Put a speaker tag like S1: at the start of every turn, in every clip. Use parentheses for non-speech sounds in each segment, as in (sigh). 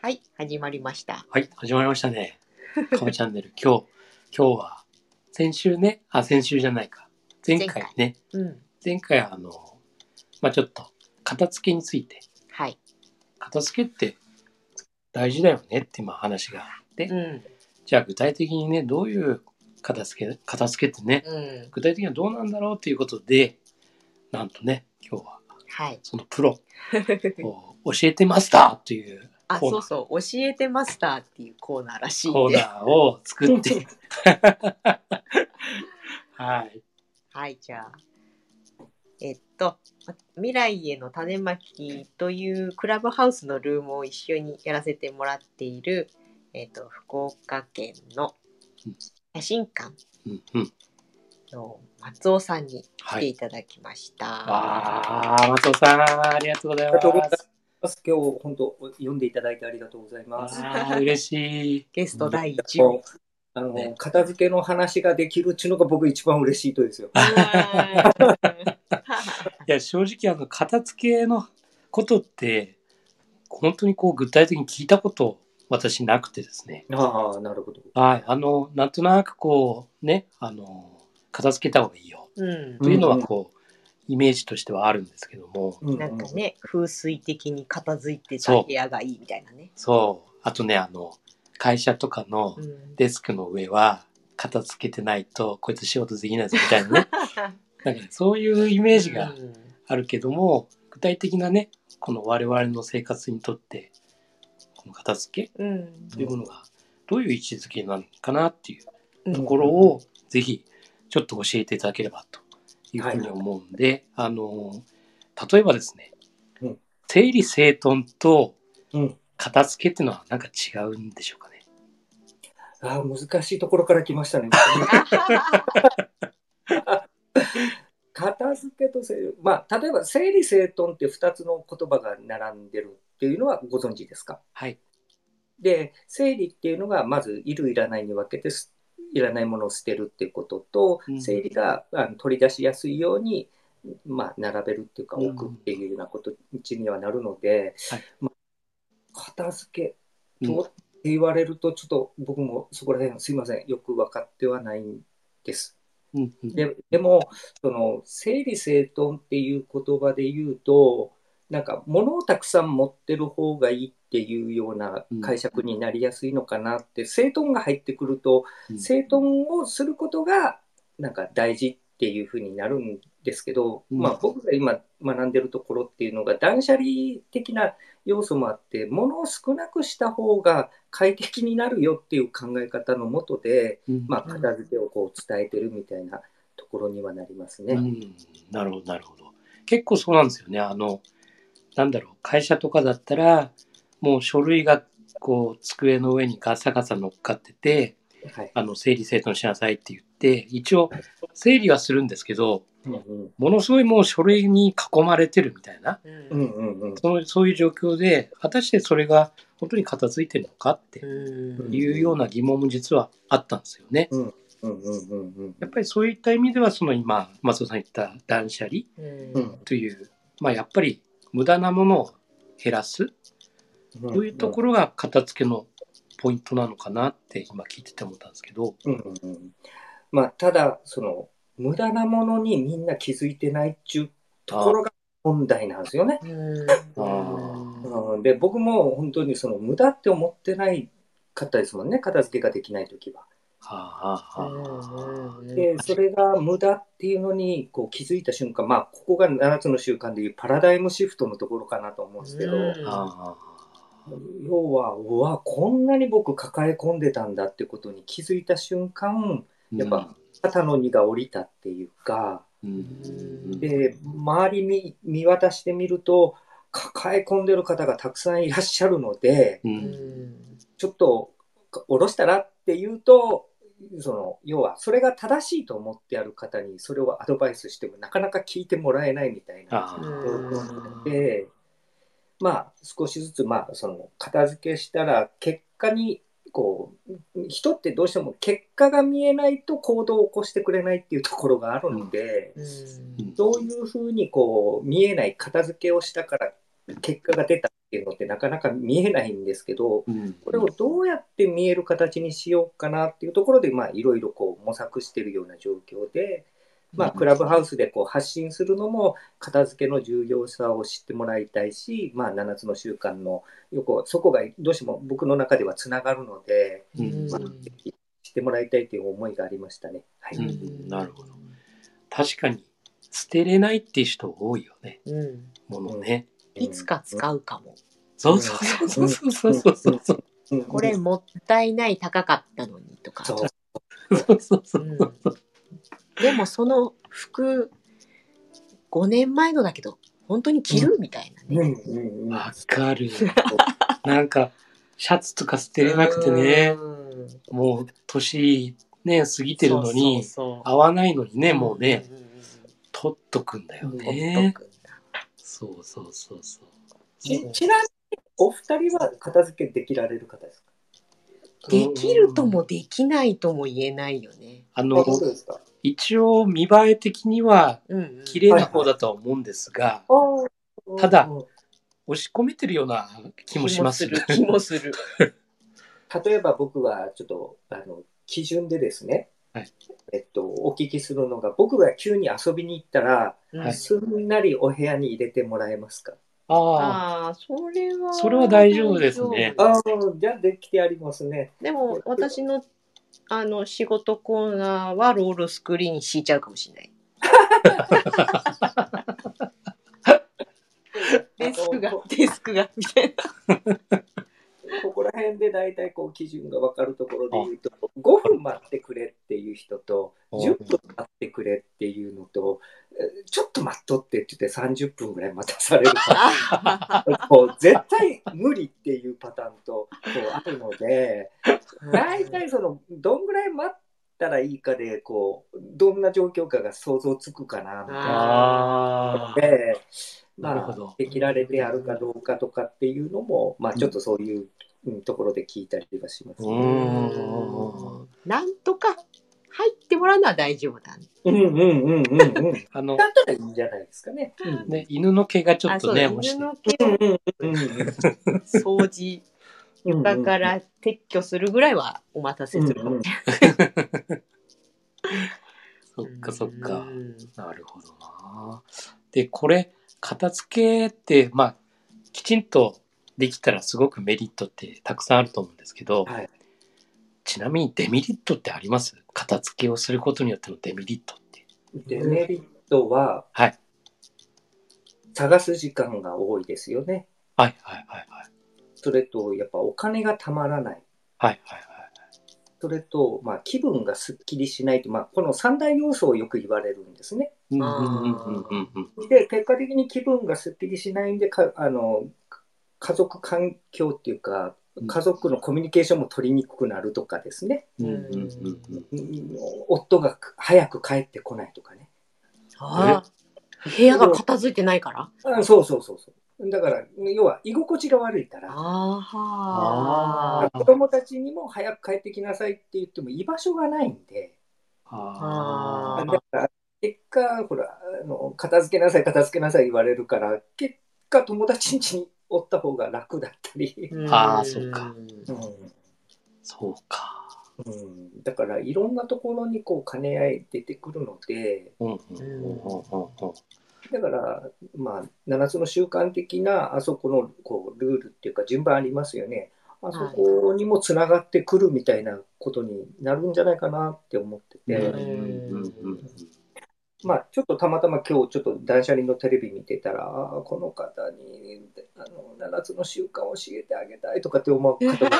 S1: はい、始まりました。
S2: はい、始まりましたね。かぶチャンネル。今日、今日は、先週ね、あ、先週じゃないか。前回ね、
S1: うん。
S2: 前回はあの、まあちょっと、片付けについて、
S1: はい。
S2: 片付けって大事だよねって今話があって、
S1: うん。
S2: じゃあ具体的にね、どういう片付け、片付けってね、
S1: うん。
S2: 具体的にはどうなんだろうということで、なんとね、今日は
S1: (laughs) はい。
S2: そのプロを教えてましたという
S1: あ、
S2: コ
S1: そ
S2: ーナー
S1: うそう、教えてマスターっていうコーナーらしいん
S2: コーナ
S1: で。
S2: ーを作って、 (laughs) はい。
S1: はい、じゃあ。えっと、未来への種まきというクラブハウスのルームを一緒にやらせてもらっている、えっと、福岡県の
S2: うん
S1: 写真館
S2: うんうん。
S1: の松尾さんに来
S2: は
S1: て
S2: い。
S1: いただきました。
S2: わあ、松尾さん、ありがとうござ
S3: あ
S2: い
S3: りがとうご
S2: ま
S3: ざい
S2: す。
S3: ます今日本当読んでいただいてありがとうございます。
S2: わあ、嬉しい。
S1: ゲスト第1
S3: も
S1: 号。
S3: うあの、
S2: ね
S3: 片付けの話ができるっちゅうのが僕一番嬉しいとですよ。
S2: いや、正直、あの、片付けのことって、本当にこう、具体的に聞いたこと、私なくてですね。
S3: ああなるほど。
S2: はい。あの、なんとなくこう、ね、あの、片付けた方がいいよ。
S1: うん
S2: というのは、こう、イメージとしてはあるんですけども、
S3: う
S1: なんかね、風水的に片付いてた部屋がいいみたいなね。
S2: そう。あとね、あの、会社とかの
S1: うん
S2: デスクの上は、片付けてないと、こいつ仕事できないぞみたいなね。なんかそういうイメージが
S1: うん
S2: あるけども具体的なねこの我々の生活にとってこの片付け
S1: うん
S2: というものがどういう位置づけなのかなっていう
S1: うん
S2: ところをぜひちょっと教えていただければというふうに思うんで、あの例えばですね、
S3: うん
S2: 整理整頓と
S3: うん
S2: 片付けっていうのはなんか違うんでしょうかね。
S3: ああ難しいところから来ましたね。片付けと整理まあ例えば整理整頓って二つの言葉が並んでるっていうのはご存知ですか。
S2: はい。
S3: で、整理っていうのが、まず、いる、いらないに分けてす、いらないものを捨てるっていうことと
S2: う、ん
S3: 整理があの取り出しやすいように、まあ、並べるっていうか、
S2: うん
S3: 置くっていうようなことにはなるので、
S2: はい
S3: まあ片付け
S2: うん
S3: とって言われると、ちょっと僕もそこら辺、すいません、よく分かってはないんです。
S2: うんうん
S3: ででもその整理整頓っていう言葉で言うとなんか物をたくさん持ってる方がいいっていうような解釈になりやすいのかなって、整頓が入ってくると
S2: うん
S3: 整頓をすることがなんか大事っていうふうになるんですけど、
S2: うん
S3: まあ、僕が今学んでるところっていうのが断捨離的な要素もあって物を少なくした方が快適になるよっていう考え方のもとで、
S2: うん
S3: まあ、片付けをこう伝えてるみたいなところにはなりますね。
S2: うん、なるほどなるほど結構そうなんですよねあのなんだろう会社とかだったらもう書類がこう机の上にガサガサ乗っかってて
S3: はい。
S2: あの整理整頓しなさいって言って一応整理はするんですけど
S3: うんうん
S2: ものすごいもう書類に囲まれてるみたいな
S1: う
S3: うんんうんうん。
S2: そのそういう状況で果たしてそれが本当に片付いてるのかって
S1: うん
S2: いうような疑問も実はあったんですよね。
S3: うんうんうんうん
S2: やっぱりそういった意味ではその今松尾さん言った断捨離
S1: うん
S3: うん
S2: という、まあ、やっぱり無駄なものを減らす
S3: うん。
S2: というところが片付けのポイントなのかなって今聞いてて思ったんですけど、
S3: うんうんうんまあ、ただ、その、無駄なものにみんな気づいてないっていうところが問題なんですよね。
S1: うん
S3: うん、で、僕も本当にその、無駄って思ってないかったですもんね。片付けができないときは。
S2: はあはあは
S3: で、それが無駄っていうのにこう気づいた瞬間、まあ、ここが7つの習慣でいうパラダイムシフトのところかなと思うんですけど、
S1: うん
S2: あは
S3: 要は、うわ、こんなに僕抱え込んでたんだってことに気づいた瞬間、
S2: あ
S3: やっぱ肩の荷が下りたっていうか、
S2: うん
S3: で、周り見見渡してみると、抱え込んでる方がたくさんいらっしゃるので、
S2: うん
S3: ちょっと下ろしたらっていうと、その要はそれが正しいと思ってある方にそれをアドバイスしてもなかなか聞いてもらえないみたいな
S2: あ
S1: う
S2: あ
S1: ん
S3: 状況で、まあ少しずつまあその片付けしたら結果にこう人ってどうしても結果が見えないと行動を起こしてくれないっていうところがあるので、
S1: うん
S3: どういうふうにこう見えない片付けをしたから結果が出たっっていうのってなかなか見えないんですけど、
S2: うん
S3: これをどうやって見える形にしようかなっていうところで、まあ、いろいろこう模索しているような状況で、まあ、クラブハウスでこう発信するのも、片付けの重要さを知ってもらいたいし、まあ、7つの習慣の横、そこがどうしても僕の中ではつながるので、
S2: う
S1: うん
S2: ん
S3: まあ、ぜひ知ってもらいたいという思いがありましたね。はい
S2: うんなるほど確かに捨てれないっていう人多いよね
S1: うん、
S2: ものね、
S1: いつか使うかも。
S2: そうそうそうそうそうそうそう
S3: うん
S1: これもったいない高かったのにとか。
S3: そう
S2: そうそうそう
S1: うん、でもその服5年前のだけど本当に着るみたいなね。
S3: うんうんうん
S2: わかるなんかシャツとか捨てれなくてね
S1: うん。
S2: もう年ね過ぎてるのに
S1: そうそうそう
S2: 合わないのにねもうね、
S1: んんうん
S2: 取っとくんだよ
S1: ほっ
S2: ね
S1: とくんだ
S2: そうそうそうそう
S3: ちちなみに、お二人は片付けできられる方ですか
S1: できるともできないとも言えないよね。
S2: あ
S3: あ
S2: の
S3: そうですか
S2: 一応見栄え的には
S1: うんうん
S2: 綺麗な方だとは思うですですが、
S3: あー
S2: ただ
S3: うん
S2: 押し込めてるような気もします
S1: 気もする。気もする。
S3: 例えば僕はちょっとあの基準でですね、
S2: はい
S3: えっと、お聞きするのが僕が急に遊びに行ったら、
S2: はい (laughs)
S3: すんなりお部屋に入れてもらえますか
S2: (laughs) ああ、
S1: ああ、それは。
S2: それは大丈夫ですね
S3: ああじゃあできてあります
S1: (laughs)
S3: ね
S1: でも、私の、あの、仕事コーナーはロールスクリーン敷いちゃうかもしれない。デスクが
S3: あの、
S1: デスクが、みたいな。
S3: ここら辺で大体こう基準が分かるところで言うと5分待ってくれっていう人と
S2: あ
S3: 10分待ってくれっていうのとえちょっと待っとってって言って30分ぐらい待たされる
S1: あ
S3: こう絶対無理っていうパターンとこうあるので
S1: (laughs)
S3: 大体そのどんぐらい待ったらいいかでこうどんな状況かが想像つくかなみたいな
S2: ああ
S3: ので
S2: なる
S3: ま
S2: ほ
S3: あ
S2: ど
S3: できられてやるかどうかとかっていうのも、まあ、ちょっとそういううんところで聞いたりはします、
S2: う
S1: ー
S2: ん
S3: ね。
S2: うん
S1: なんとか、入ってもらうのは大丈夫だね。
S3: うんうんうんうんうん。だっ
S2: あの
S3: たらいいんじゃないですかね。うん
S2: ね犬の毛がちょっ
S1: あ、そ
S2: と
S1: うだ
S2: ね
S1: 犬
S2: 押して
S1: の
S3: う
S1: 毛
S3: んう
S1: を
S3: んうん
S1: 掃除
S3: うんうん
S1: だから撤去するぐらいはお待たせするかもしれない。
S2: (laughs) そっかそっか
S1: うん
S2: なるほどなでこれ片付けってまあきちんとできたらすごくメリットってたくさんあると思うんですけど、
S3: はい
S2: ちなみにデメリットってあります片付けをすることによってのデメリットって
S3: デメリットは、
S2: はい
S3: 探す時間が多いですよね。
S2: はいはいはいはい
S3: それと、やっぱお金がたまらない。
S2: はいはいはい
S3: それと、まあ、気分がすっきりしないと、まあ、この三大要素をよく言われるんですね。
S2: うんうんうんうん
S3: で、結果的に気分がすっきりしないんで、かあのか家族環境っていうか、家族のコミュニケーションも取りにくくなるとかですね。
S2: うんうんうんうんうん
S3: うん夫が早く帰ってこないとかね。
S1: ああ、部屋が片付いてないから。
S3: あそうそうそうそう。だから、要は居心地が悪いから、
S1: あ
S2: あ
S1: あ。
S2: ー
S3: 子供たちにも早く帰ってきなさいって言っても居場所がないんで、
S1: あ
S2: あ
S1: ー
S3: だから結果、ほらあの、片付けなさい、片付けなさい言われるから、結果、友達ん家におった方が楽だったり、
S2: あーそっか
S3: う
S2: そうか。
S3: んうんだから、いろんなところにこう兼ね合い出てくるので、
S2: うんうんうんうんうん
S3: だから、まあ、7つの習慣的なあそこのこうルールっていうか順番ありますよね。あそこにもつながってくるみたいなことになるんじゃないかなって思ってて、
S2: うんうんうん
S3: まあ、ちょっとたまたま今日ちょっと断捨離のテレビ見てたら、あーこの方にあの7つの習慣を教えてあげたいとかって思う方も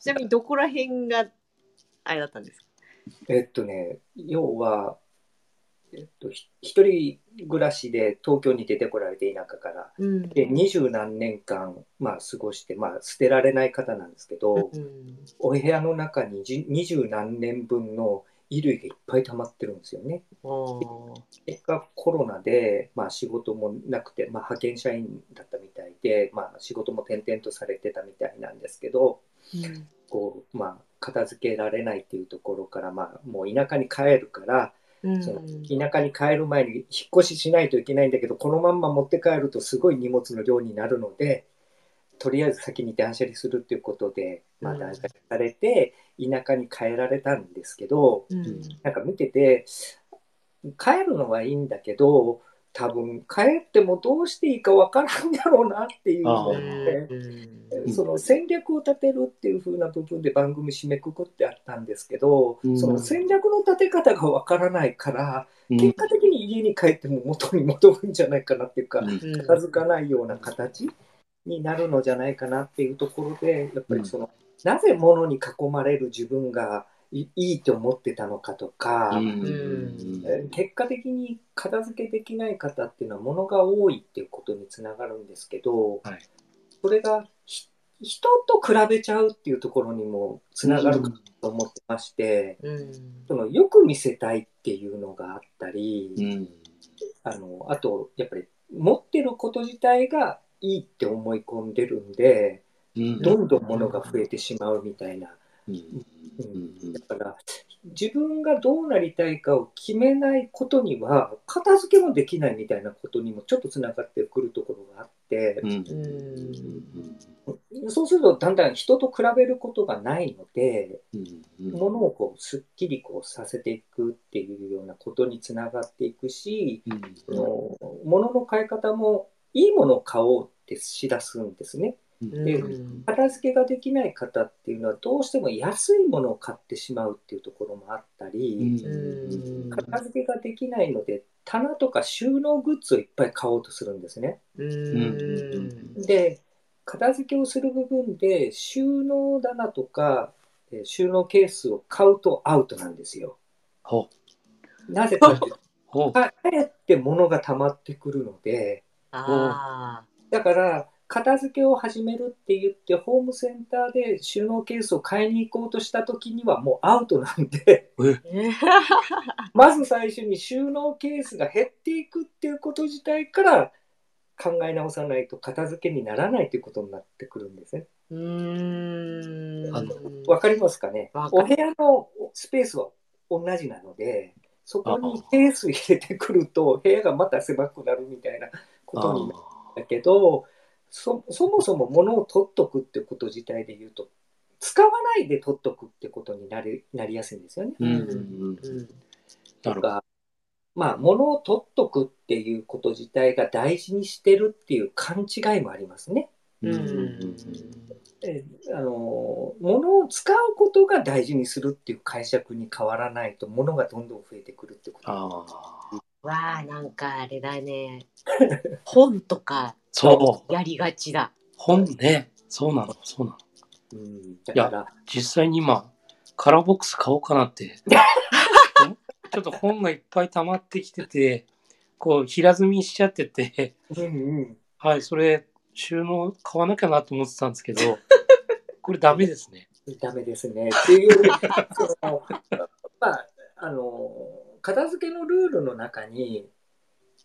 S1: ちなみにどこら辺があれだったんですか
S3: えっとね、要は、えっと、ひ一人暮らしで東京に出てこられて田舎から。
S1: うん
S3: で二十何年間、まあ、過ごして、まあ、捨てられない方なんですけど、お部屋の中にじ二十何年分の衣類がいっぱい溜まってるんですよね。結果コロナで、まあ、仕事もなくて、まあ、派遣社員だったみたいで、まあ、仕事も転々とされてたみたいなんですけどこう、まあ、片付けられないっていうところから、まあ、もう田舎に帰るから
S1: うん
S3: そう田舎に帰る前に引っ越ししないといけないんだけどこのまんま持って帰るとすごい荷物の量になるのでとりあえず先に断捨離するっていうことで、まあ、
S1: うん
S3: 断捨離されて田舎に帰られたんですけど、
S1: うん
S3: なんか見てて帰るのはいいんだけど多分帰ってもどうしていいかわからんだろうなっていうの
S2: あ
S3: が
S2: ー
S1: うん
S3: その戦略を立てるっていう風な部分で番組締めくくってあったんですけど、
S2: うん
S3: その戦略の立て方がわからないから、
S2: うん
S3: 結果的に家に帰っても元に戻るんじゃないかなっていうか、
S2: うん
S3: 片付かないような形になるのじゃないかなっていうところで、やっぱりその、なぜ物に囲まれる自分がいいいと思ってたのかとか、
S2: うん
S3: えー結果的に片付けできない方っていうのは物が多いっていうことにつながるんですけど、
S2: はい
S3: それがひ人と比べちゃうっていうところにもつながるかなと思ってまして、
S1: うん
S3: そのよく見せたいっていうのがあったり、
S2: うん
S3: あのあとやっぱり持ってること自体がいいって思い込んでるんで
S2: うん
S3: どんどん物が増えてしまうみたいな。
S2: うん
S3: うんだから自分がどうなりたいかを決めないことには片付けもできないみたいなことにもちょっとつながってくるところがあって
S2: うん
S3: そうするとだんだん人と比べることがないので
S2: うん
S3: ものをこうすっきりこうさせていくっていうようなことにつながっていくしその物の買い方もいいものを買おうってしだすんですね。
S1: うん
S3: 片付けができない方っていうのはどうしても安いものを買ってしまうっていうところもあったり。
S1: うん
S3: 片付けができないので棚とか収納グッズをいっぱい買おうとするんですね。
S1: うん
S3: で片付けをする部分で収納棚とかえー収納ケースを買うとアウトなんですよ。
S2: ほ
S3: なぜかっていうと
S2: (laughs) ほ
S3: かえって物が溜まってくるので
S1: あ
S3: だから片付けを始めるって言ってホームセンターで収納ケースを買いに行こうとした時にはもうアウトなんで。 (laughs)
S1: ーえ
S3: まず最初に収納ケースが減っていくっていうこと自体から考え直さないと片付けにならないということになってくるんですね。
S1: うーん
S2: あの
S3: わかりますかね
S1: わか
S3: お
S1: る
S3: 部屋のスペースは同じなので、そこに
S2: あ
S3: ケース入れてくると部屋がまた狭くなるみたいなことになるんだけど、そそもそも物を取っとくっていうこと自体で言うと、使わないで取っとくってことになりなりやすいんですよね。
S2: うん
S1: うん
S2: なるほど
S3: が、まあ、物を取っとくっていうこと自体が大事にしてるっていう勘違いもありますね。
S1: うん
S3: えあの物を使うことが大事にするっていう解釈に変わらないと物がどんどん増えてくるってこと
S2: ああ
S1: わあなんかあれだね本とか
S2: そう
S1: やりがちだ
S2: 本ねそうなのそうなの
S3: うん、だから
S2: 実際に今カラーボックス買おうかなってちょっと本がいっぱい溜まってきててこう平積みしちゃってて
S3: うんうん
S2: はいそれ収納買わなきゃなと思ってたんですけ (laughs) どこれダメですね
S3: ダメですね。っていう (laughs) そのまああの片付けのルールの中に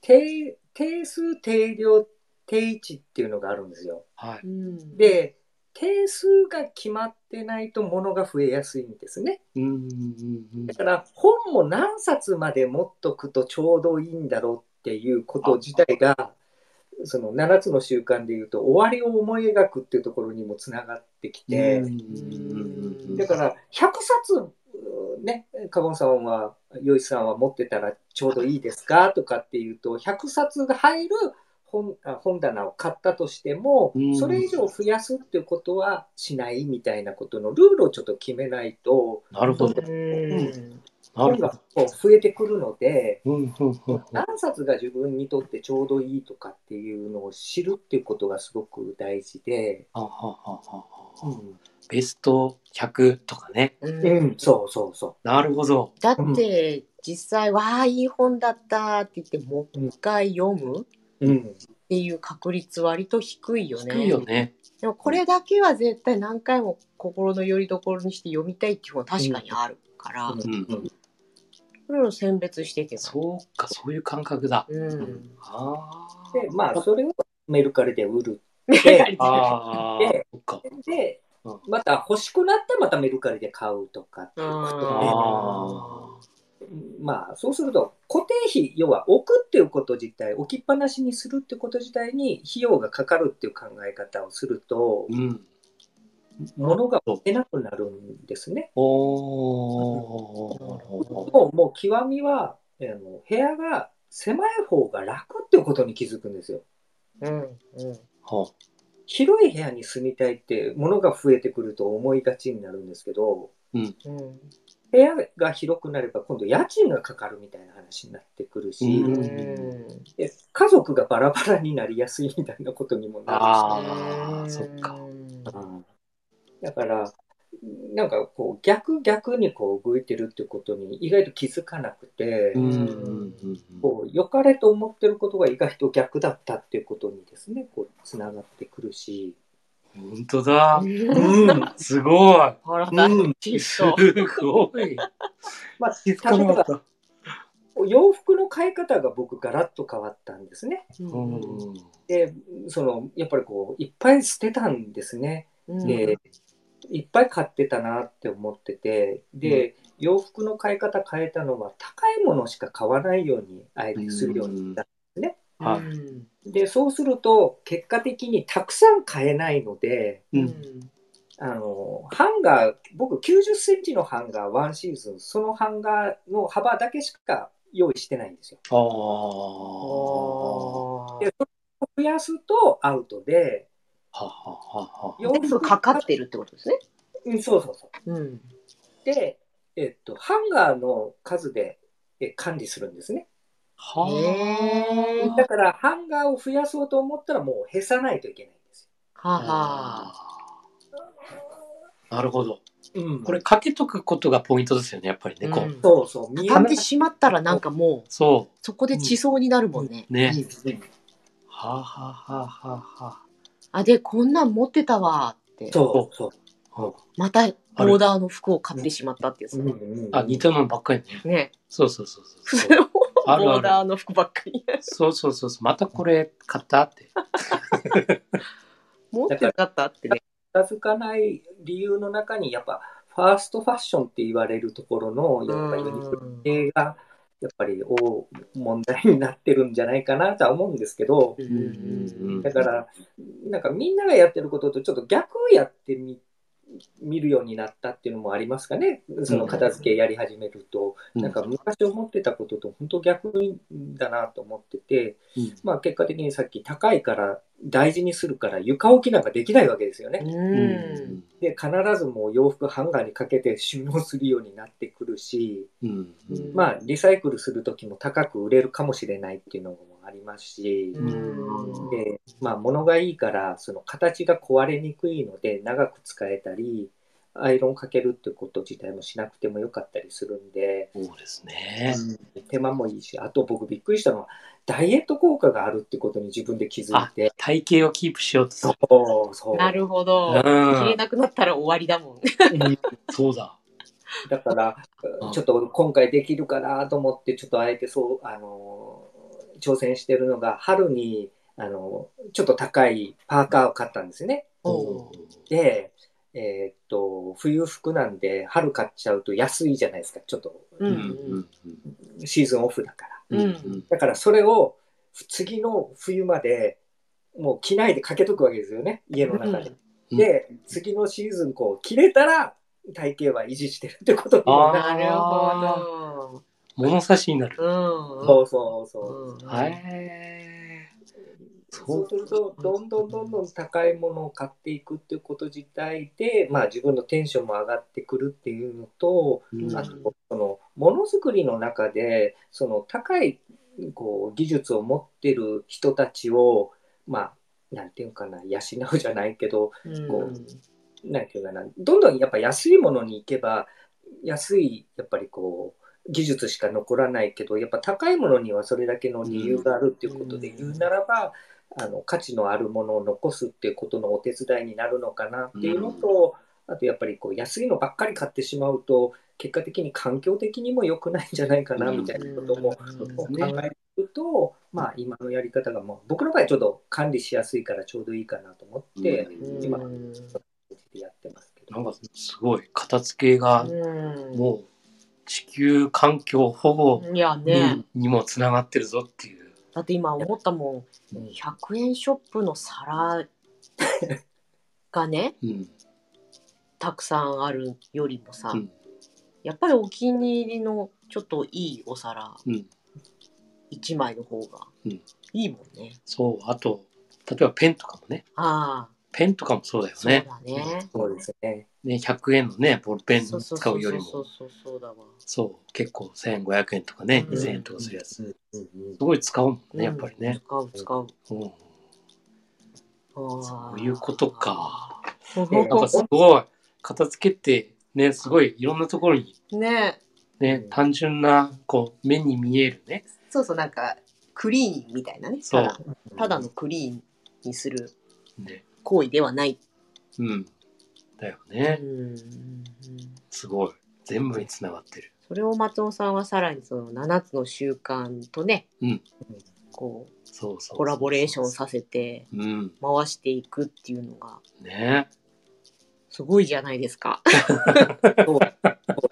S3: 定定数定量定位置っていうのがあるんですよ。
S2: はい
S3: で定数が決まってないと物が増えやすいんですね
S2: うんうんうん
S3: だから本も何冊まで持っとくとちょうどいいんだろうっていうこと自体がその7つの習慣でいうと終わりを思い描くっていうところにもつながってきて、
S2: うん
S3: だから100冊うーねカゴンさんはよいさんは持ってたらちょうどいいですかとかっていうと100冊が入る本あ本棚を買ったとしても
S2: うん
S3: それ以上増やすっていうことはしないみたいなことのルールをちょっと決めないと
S2: なるほど
S1: うん
S2: なる
S3: 本
S2: ほど
S3: がこう増えてくるので
S2: うんうんうんうん
S3: 何冊が自分にとってちょうどいいとかっていうのを知るっていうことがすごく大事で。
S2: はははは
S3: う
S2: は
S3: ん
S2: ベスト100とかね
S3: うん、そうそうそう。
S2: なるほど
S1: だって実際「わあいい本だった」って言ってもう一回読むっ
S3: うん、
S1: ていう確率割と低いよね
S2: 低いよね
S1: でもこれだけは絶対何回も心の拠り所にして読みたいっていうのは確かにあるから、
S3: うん
S2: うん
S1: それを選別していけば
S2: そうかそういう感覚だ
S1: うん
S2: ああ
S3: でまあそれをメルカリで売る
S1: で
S2: ああ
S3: で、
S2: そっか。
S3: で
S2: うん、
S3: また欲しくなったらまたメルカリで買うとかっていうこ
S2: ああ。
S3: まあ、そうすると、固定費、要は置くっていうこと自体、置きっぱなしにするってこと自体に費用がかかるっていう考え方をすると、
S2: うん。
S3: 物が置けなくなるんですね。
S2: おー。
S3: もうもう極みはあの、部屋が狭い方が楽っていうことに気づくんですよ。
S1: うんうん
S2: は
S3: 広い部屋に住みたいって物が増えてくると思いがちになるんですけど、
S1: うん
S3: 部屋が広くなれば今度家賃がかかるみたいな話になってくるし、
S2: うん
S1: うん
S3: で家族がバラバラになりやすいみたいなことにもなるし。
S2: あーそっか
S1: うん
S3: だから、なんかこう逆逆にこう動いてるってことに意外と気づかなくて、
S2: うんうんうんうん。
S3: こう良かれと思ってることが意外と逆だったっていうことにですね、こうつながってくるし。
S2: 本当だ。
S3: うん。
S2: すごい。
S1: ほら
S3: うん
S2: すごい。
S3: まあ、
S2: 気づかなかった。
S3: 洋服の買い方が僕ガラッと変わったんですね。
S2: うん。
S3: で、そのやっぱりこういっぱい捨てたんですね。で、いっぱい買ってたなって思ってて、で、洋服の買い方変えたのは、高いものしか買わないように、あえてするようになっ
S2: はい
S1: うん
S3: た。で、そうすると、結果的にたくさん買えないので、
S2: う。
S1: うんん
S3: あの、ハンガー、僕90センチのハンガー、ワンシーズン、そのハンガーの幅だけしか用意してないんですよ。
S2: あ
S1: あ
S2: あ。
S1: ー
S3: で増やすとアウトで、
S2: はははは。
S3: 洋
S1: 全部かかってるってことですね。
S3: うんそうそうそう。
S1: うん。
S3: で、えっと、ハンガーの数でえ管理するんですね。
S1: へ
S2: は
S3: だからハンガーを増やそうと思ったらもう減さないといけないんです
S1: はあはあ。
S2: あ。なるほど。
S3: よ。うん
S2: これ、かけとくことがポイントですよね、やっぱりね。こう
S1: うん
S3: そうそう、見え
S1: 畳ん
S3: な
S1: で
S3: い。
S1: しまったらなんかもう
S2: そ
S1: そこで地層になるもんね。
S2: う。ね。
S3: うん
S2: はあはあはあは
S1: あでこんなん持ってたわって
S3: そうそう。
S2: あは
S1: またオーダーの服を買ってしまったってやつ
S3: う
S1: ね
S3: ん。うんうん
S2: あ。あ、似たのばっかりね。
S1: ね
S2: そうそうそう
S1: そ
S2: (laughs) そう。
S1: れを
S2: あるある
S1: オーダーの服ばっかり。
S2: そうそうそうそう。またこれ買ったって。
S1: 持ってなかったってね。
S3: 片付かない理由の中に、やっぱ、ファーストファッションって言われるところの、やっぱりユニクロ系が、やっぱり大問題になってるんじゃないかなとは思うんですけど、
S1: うん
S2: うん
S3: だから、なんかみんながやってることとちょっと逆をやってみ、見るようになったっていうのもありますかね。その片付けやり始めると。
S2: う
S3: なんか昔思ってたことと本当逆だなと思ってて、
S2: うん
S3: まあ結果的にさっき高いから大事にするから床置きなんかできないわけですよね。
S1: うん。
S3: で、必ずもう洋服ハンガーにかけて収納するようになってくるし、
S2: うんうん
S3: まあリサイクルする時も高く売れるかもしれないっていうのもありますし、
S1: うん
S3: で、まあ物がいいからその形が壊れにくいので長く使えたり、アイロンかけるってこと自体もしなくてもよかったりするんで、
S2: そうですね。
S3: 手間もいいし、あと僕びっくりしたのは、ダイエット効果があるってことに自分で気づいて、
S2: 体型をキープしようとす
S3: そ
S2: る。
S3: う、そう。
S1: なるほど。
S2: うん
S1: 消えなくなったら終わりだもん。
S3: うん
S2: そうだ。
S3: だから
S2: うん、
S3: ちょっと今回できるかなと思って、ちょっとあえてそう、あのー、挑戦してるのが、春に、あのー、ちょっと高いパーカーを買ったんですね。
S1: おう
S3: で、えーっと、冬服なんで、春買っちゃうと安いじゃないですか、ちょっと、
S1: う
S2: うんん
S1: うん
S3: シーズンオフだから。
S2: うんうん
S3: だからそれを次の冬までもう着ないでかけとくわけですよね、家の中で。
S2: うん
S3: で、次のシーズンこう着れたら体型は維持してるってことに
S2: あー
S3: なる。
S1: なるほ
S2: 物差しになる。
S1: ど。うん。
S3: そうそうそう。
S1: うん
S2: はい。
S3: そ
S2: そう
S3: うすると、どんどんどんどん高いものを買っていくっていうこと自体で、まあ自分のテンションも上がってくるっていうのと、
S2: うん
S3: あと、その、ものづくりの中で、その、高い、こう、技術を持ってる人たちを、まあ、なんていうかな、養うじゃないけど、
S1: うん
S3: なんていうかな、どんどんやっぱ安いものに行けば、安い、やっぱりこう、技術しか残らないけど、やっぱ高いものにはそれだけの理由があるっていうことで
S1: うん
S3: 言うならば、あの価値のあるものを残すっていうことのお手伝いになるのかなっていうのと、あとやっぱりこう安いのばっかり買ってしまうと、結果的に環境的にも良くないんじゃないかなみたいなことも
S1: うん
S2: そうで
S3: 考
S2: すね。
S3: えると、まあ今のやり方がもう僕の場合ちょっと管理しやすいからちょうどいいかなと思って、
S2: うん
S3: 今
S1: うん
S3: やってますけど
S2: なん。かすごい片付けが
S1: うん
S2: もう地球環境保護
S1: いや
S2: に,、
S1: ね、
S2: にもつながってるぞっていう。
S1: だって今思ったもん
S2: うん
S1: 100円ショップの
S2: (laughs)
S1: 皿がね
S2: うん
S1: たくさんあるよりもさ、
S2: うん
S1: やっぱりお気に入りのちょっといいお皿
S2: うん
S1: 1枚の方が
S2: うん
S1: いいもんね。
S2: そうあと例えばペンとかもね
S1: ああ
S2: ペンとかもそうだよ
S1: そう
S2: ね。
S1: だね。
S3: そうですね。
S2: ね100円のねボールペン
S1: そうそう
S2: 使
S1: そうう
S2: よ
S1: そう
S2: りも
S1: そうそうそうだわ。
S2: そう結構1500円とかね
S1: うん
S2: 2000円とかするやつす
S3: うんうんうん
S2: ごい使うもんねやっぱり
S1: うん
S2: ね。
S1: 使う使う。
S2: うん
S1: そ
S2: そういうこと。か。
S3: ね
S2: なんかすごい片付けってねすごいいろんなところに
S1: ね
S2: ね
S3: うん
S2: 単純なこう目に見えるね
S1: そうそうなんかクリーンみたいなね。
S2: そう
S1: ただただのクリーンにする
S2: ね
S1: 行為ではない。
S2: うんだよね
S1: うん
S2: すごい全部につながってる。
S1: それを松尾さんはさらにその7つの習慣とね、
S2: うん
S1: こう
S2: そうそうそう
S1: コラボレーションさせて
S2: うん
S1: 回していくっていうのが
S2: ね
S1: すごいじゃないですか。
S3: そうそう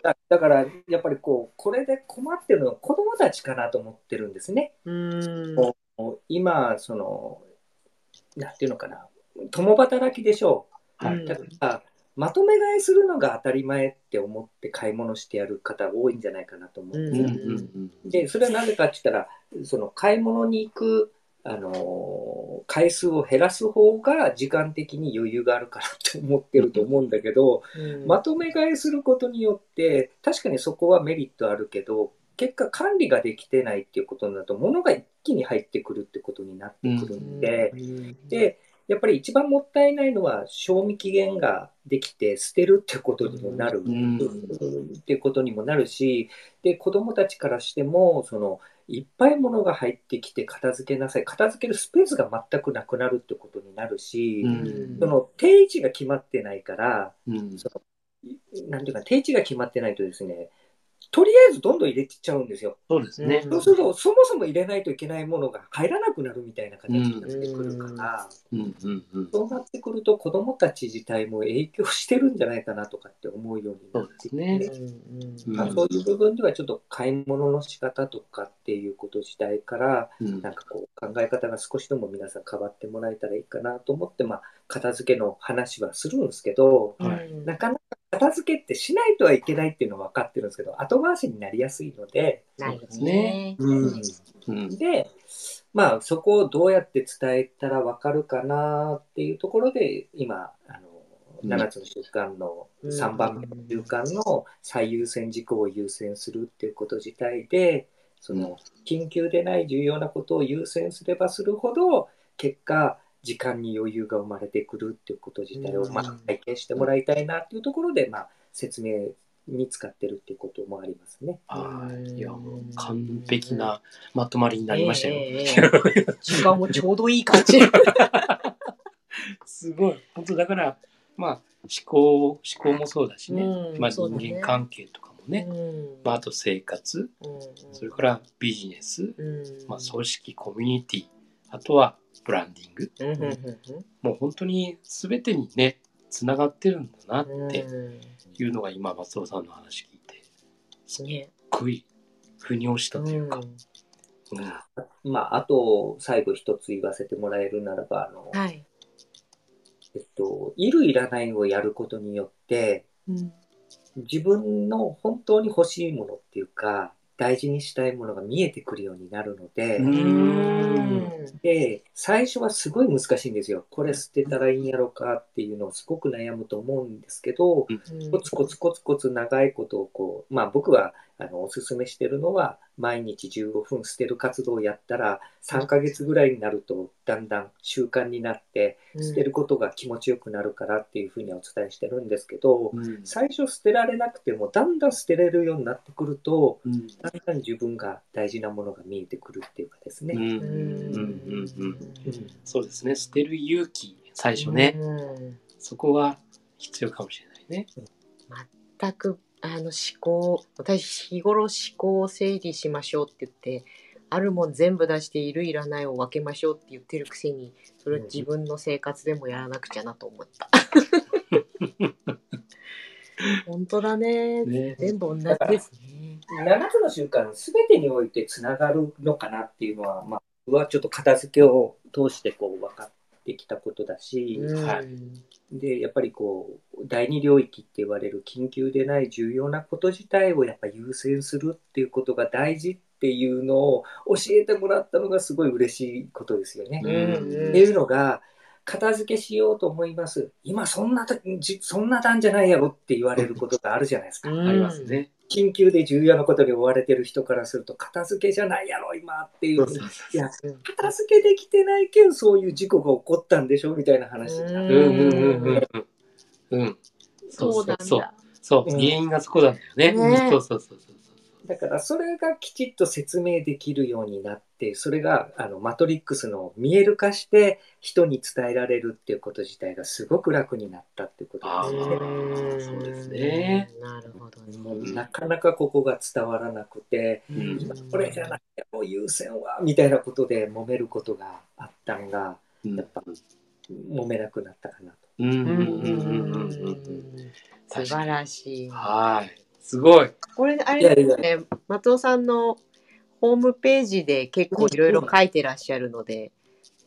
S3: だ (laughs) だから、やっぱりこう、これで困ってるのは子供たちかなと思ってるんですね。
S1: うん
S3: こもう今、その、なんていうのかな、共働きでしょ
S2: は
S1: う
S2: い
S1: ん
S3: う。だから、まとめ買いするのが当たり前って思って買い物してやる方多いんじゃないかなと思うん
S2: う
S3: で
S2: ん
S3: す
S2: う
S3: よ
S2: んうん
S3: で、それはなぜかって言ったら、その買い物に行く、あのー回数を減らす方が時間的に余裕があるからって思ってると思うんだけど、まとめ買いすることによって、確かにそこはメリットあるけど、結果管理ができてないっていうことになると、物が一気に入ってくるってことになってくるんで、で、やっぱり一番もったいないのは、賞味期限ができて捨てるってことにもなる、
S2: うん
S3: っていうことにもなるし、で、子供たちからしても、その、いっぱい物が入ってきて片付けなさい、片付けるスペースが全くなくなるってことになるし、
S2: うん
S3: その定位置が決まってないから、
S2: うん
S3: なんていうか、定位置が決まってないとですね、とりあえずどんどん入れてっちゃうんですよ。
S2: そうですね
S1: うん
S3: そうすると、そもそも入れないといけないものが入らなくなるみたいな形になってくるから、
S2: うんうんうん
S3: そうなってくると、子どもたち自体も影響してるんじゃないかなとかって思うようになってきて
S2: そうですね
S3: まあ
S2: うん
S3: そういう部分ではちょっと買い物の仕方とかっていうこと自体から、
S2: うん
S3: なんかこう、考え方が少しでも皆さん変わってもらえたらいいかなと思って、まあ、片付けの話はするんですけど、
S2: はい
S3: なかなか片付けってしないとはいけないっていうのは分かってるんですけど、後回しになりやすいので、
S1: ないですね。
S2: ねうん
S3: で、まあ、そこをどうやって伝えたら分かるかなっていうところで、今、あの
S2: うん
S3: 7つの習慣の
S1: うん
S3: 3番目の習慣の最優先事項を優先するっていうこと自体で、その緊急でない重要なことを優先すればするほど、結果、時間に余裕が生まれてくるっていうこと自体を、
S1: うん
S3: まあ、体験してもらいたいなっていうところで、まあ、説明に使ってるっていうこともありますね。
S2: はい。いや、もう完璧なまとまりになりましたよ。
S1: ええええ
S2: (laughs)
S1: 時間もちょうどいい感じ。
S2: すごい。本当だから、まあ、思考、思考もそうだしね。
S1: うん
S2: まあ、
S1: そう
S2: 人
S1: だね
S2: 間関係とかもね。
S1: うん
S2: まあ、あと生活、
S1: うん
S2: それからビジネス、
S1: うん
S2: まあ、組織、コミュニティ、あとはブランディング。
S1: うんうんうん
S2: もう本当に全てにね、つながってるんだなっ
S1: うん
S2: ていうのが今、松尾さんの話聞いて、
S1: ね
S2: 悔い、腑に落ちたというか。
S1: うん
S2: うん
S3: まあ、あと、最後一つ言わせてもらえるならば、あの、
S1: はい。
S3: えっと、いるいらないをやることによって、
S1: うん
S3: 自分の本当に欲しいものっていうか、大事にしたいものが見えてくるようになるので、
S2: うん
S3: で、最初はすごい難しいんですよ。これ捨てたらいいんやろかっていうのをすごく悩むと思うんですけど、
S1: うん
S3: コツコツコツコツ長いことをこう、まあ僕はあのおすすめしてるのは、毎日15分捨てる活動をやったら、3ヶ月ぐらいになると、だんだん習慣になって、捨てることが気持ちよくなるからっていうふうにはお伝えしてるんですけど、
S2: うん
S3: 最初捨てられなくても、だんだん捨てれるようになってくると、
S2: うん
S3: だんだん自分が大事なものが見えてくるっていうかです
S2: う
S3: ね。
S2: ん
S1: うん
S2: うんうん
S3: うん
S2: そうですね捨てる勇気最初ね、
S1: うん
S2: そこは必要かもしれないね。
S1: 全くあの思考私日頃思考を整理しましょうって言ってあるもん全部出しているいらないを分けましょうって言ってるくせにそれを自分の生活でもやらなくちゃなと思った本当だね
S2: ね
S1: 全部同じですね
S3: 7つの習慣全てにおいてつながるのかなっていうのは、まあ、僕はちょっと片付けを通してこう分かってきたことだし、
S2: はい
S3: でやっぱりこう第二領域って言われる緊急でない重要なこと自体をやっぱ優先するっていうことが大事っていうのを教えてもらったのがすごい嬉しいことですよね。
S1: うんうん
S3: っていうのが片付けしようと思います今そんなとじそんな段じゃないやろって言われることがあるじゃないですか。
S2: あります。ね。
S3: 緊急で重要なことに追われてる人からすると片付けじゃないやろ今っていう
S2: そうそ
S3: い
S2: う
S3: や
S1: うん
S3: 片付けできてないけんそういう事故が起こったんでしょみたいな話にな
S2: う
S3: る
S2: んうんうんうんうん。うん。
S4: そうなんだ。
S2: そうそう、
S3: うん
S2: 原因がそこなんだよね。
S1: ね
S2: そうそうそうそうそう。
S3: だからそれがきちっと説明できるようになってそれがあのマトリックスの見える化して人に伝えられるっていうこと自体がすごく楽になったっていうこと
S2: あ
S3: ですね。
S2: ーそうですね。
S1: なるほどね。
S3: もうなかなかここが伝わらなくて
S2: ん
S1: うん
S3: 今これじゃなくてもう優先はみたいなことで揉めることがあったのが
S2: うん
S3: やっぱ揉めなくなったかなと。
S2: うんうん
S1: う
S2: うんうんうんうん。
S1: ん素晴らしい。
S2: はい。すごい。
S1: これあれです
S3: い
S1: ね。松尾さんのホームページで結構いろいろ書いてらっしゃるので、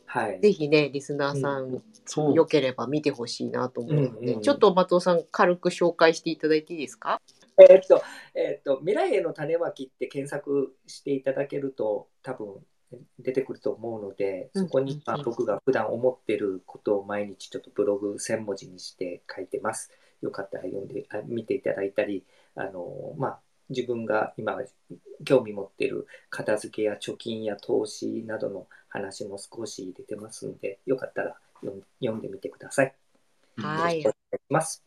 S3: はい、
S1: ぜひねリスナーさん
S2: そう。
S1: よければ見てほしいなと思うの
S3: うんうん
S1: で、
S3: うん
S1: ちょっと松尾さん軽く紹介していただいていいですか？
S3: えーっと、えーっと、未来への種まきって検索していただけると、多分出てくると思うので、そこ
S1: うん
S3: に、まあ
S1: うん
S3: 僕が普段思ってることを毎日ちょっとブログ1000文字にして書いてます。よかったら読んで、あ見ていただいたり、あの、まあ、自分が今興味持ってる片付けや貯金や投資などの話も少し入れてますんで、よかったら読ん読んでみてください。
S2: うん
S1: はい
S3: よろしくお願いします。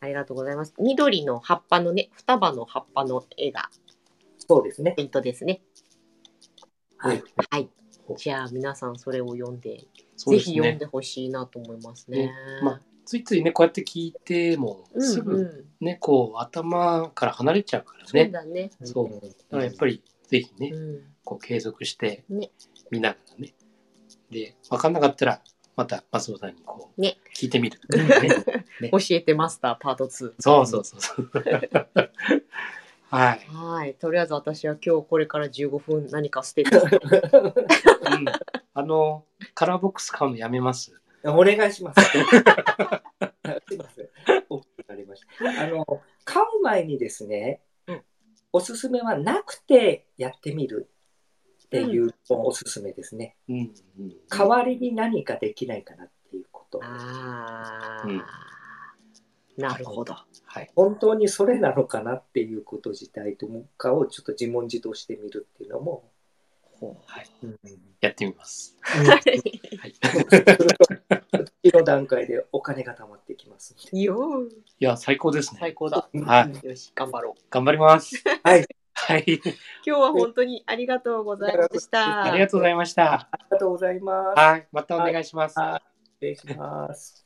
S1: ありがとうございます。緑の葉っぱのね双葉の葉っぱの絵が
S3: そうですね。
S1: ポイントですね。
S3: はい。
S1: はい。じゃあ皆さんそれを読んで、
S2: そう
S1: ぜ
S2: で
S1: ひ
S2: す
S1: 読ん
S2: ね。
S1: でほしいなと思いますね。
S2: まあ、ついついね、こうやって聞いても、
S1: うん
S2: す
S1: う
S2: ぐ
S1: ん、
S2: ね、こう、頭から離れちゃうから
S1: そう
S2: ね。だ
S1: だね。
S2: そう
S3: うん
S2: からやっぱり、ぜひね
S1: う、ん、
S2: こう継続して
S1: ね
S2: 見ながらね。で、分かんなかったら、また松尾さんにこう、
S1: ね
S2: 聞いてみる。
S1: 教えてマスターパート2。
S2: そうそうそうそう。 (laughs) はい。
S1: はい。とりあえず私は今日これから15分何か捨てて。
S2: (laughs) うん、あの、カラーボックス買うのやめます。
S3: お願いし
S2: (laughs)
S3: ます。すいません。大きくなりました。あの、買う前にですね、
S1: うん
S3: おすすめはなくてやってみるっていうのもおすすめですね。
S2: うん、うん。
S3: 代わりに何かできないかなっていうこと。
S1: ああ、
S2: うん
S1: なるほど。
S2: はい。
S3: 本当にそれなのかなっていうこと自体とかをちょっと自問自答してみるっていうのも、
S2: はい。
S3: うん、
S2: やってみます。
S3: (laughs)
S2: (laughs) はい。
S3: 次の段階でお金が貯まってきますんで。
S1: よー
S2: いや、最高です
S1: 最
S2: ね。
S1: 高だ。
S2: はい。
S1: よし、頑張ろう。
S2: 頑張ります。
S3: はい。
S2: はい。
S1: 今日は本当にありがとうございました。
S2: ありがとうございました。
S3: ありがとうございます。
S2: はい。またお願いします。
S3: はい失礼します。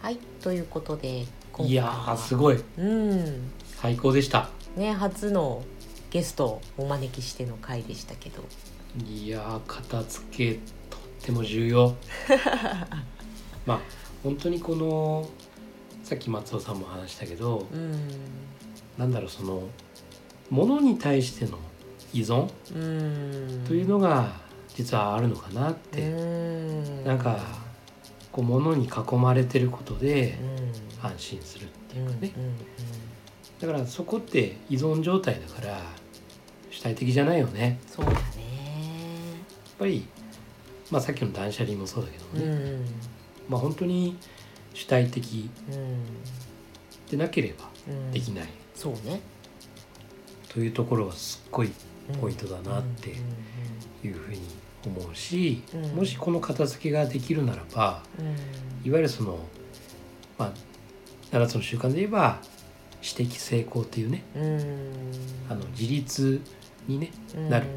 S1: はい。ということで、今
S2: い
S1: 回
S2: や
S1: は
S2: ー、すごい。
S1: うん。
S2: 最高でした。
S1: ね、初のゲストをお招きしての回でしたけど。
S2: いやー、片付け、とっても重
S1: (laughs)
S2: 要。まあ、本当にこの、さっき松尾さんも話したけど、
S1: うん。
S2: なんだろう、その、物に対しての依存
S1: うん。
S2: というのが、実はあるのかなって。
S1: うん。
S2: なんかこう物に囲まれてることで
S1: うん。
S2: 安心するって
S1: う
S2: い
S1: ん
S2: う
S1: う
S2: か
S1: ん
S2: ねだからそこって依存状態だから主体的じゃないよね
S1: そうだね。
S2: やっぱり、まあ、さっきの断捨離もそうだけ
S1: う
S2: どね、
S1: ん。
S2: まあ本当に主体的
S1: うん。
S2: でなければ
S1: うん。
S2: できない
S1: そうね。
S2: というところはすっごいポイントだなって
S1: う
S2: いうふうに思うし、
S1: うん
S2: もしこの片付けができるならば
S1: んうん
S2: いわゆるその、まあ、7つの習慣で言えば私的成功っていうね
S1: うん
S2: あの自立にね、
S1: うん
S2: なる
S1: うん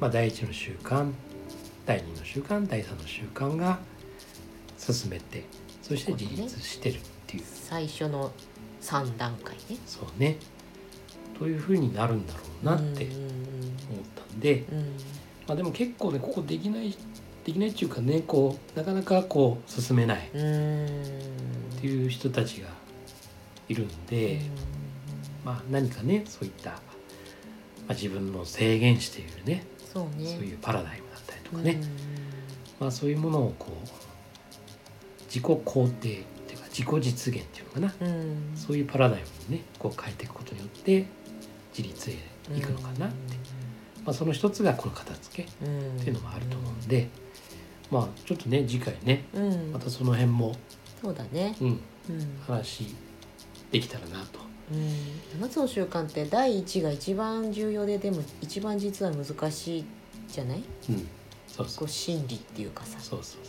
S2: まあ、第一の習慣第二の習慣第三の習慣が進めてそして自立してるっていう
S1: 最初の三段階ね。
S2: そうねというふうになるんだろうなって
S1: うん
S2: 思ったんで、
S1: うん
S2: まあ、でも結構ねここできないできないっていうかねこうなかなかこう進めないっ
S1: うんうん
S2: ていう人たちがいるんで、まあ、何かねそういった、まあ、自分の制限しているね
S1: そうね
S2: そういうパラダイムだったりとか
S1: う
S2: ね
S1: ん、
S2: まあ、そういうものをこう自己肯定っていうか自己実現っていうのかな
S1: うん
S2: そういうパラダイムにねこう変えていくことによって自立へいくのかなって、まあ、その一つがこの片付けっ
S1: うん
S2: ていうのもあると思うんで、まあちょっとね次回ね
S1: うん
S2: またその辺も、
S1: そうだね
S2: うん、
S1: うん、
S2: 話できたらなと。
S1: うん、7つの習慣って第一が一番重要ででも一番実は難しいじゃない
S2: うん、そうそ
S1: こ
S2: う
S1: う心理っていうかさ
S2: そうそう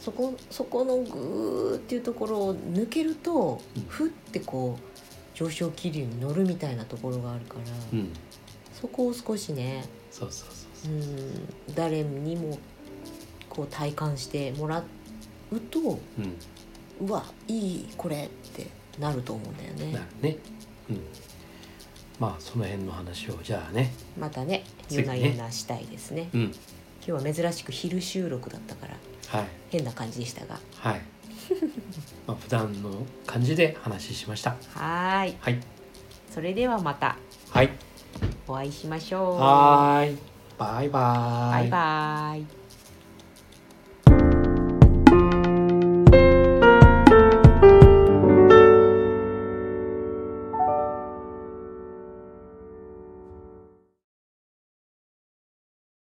S1: そこそこのグーっていうところを抜けると、
S2: うん
S1: ふってこう上昇気流に乗るみたいなところがあるから、
S2: そう、うん、
S1: そこを少しね、
S2: そうそうそう
S1: うん、誰にもこう体感してもらうと
S2: そう、うん、
S1: うわいいこれってなると思うんだよ
S2: な
S1: ね
S2: る。ね。うん。まあその辺の話をじゃあね。
S1: またね夜な夜なしたいですね。
S2: うん。
S1: 今日は珍しく昼収録だったから
S2: はい
S1: 変な感じでしたが。
S2: はい。 (laughs) まあ普段の感じで話しました。
S1: はーい
S2: はい
S1: それではまた
S2: はい
S1: お会いしましょう。
S2: はーい。バイバーイ。
S1: バイバーイ。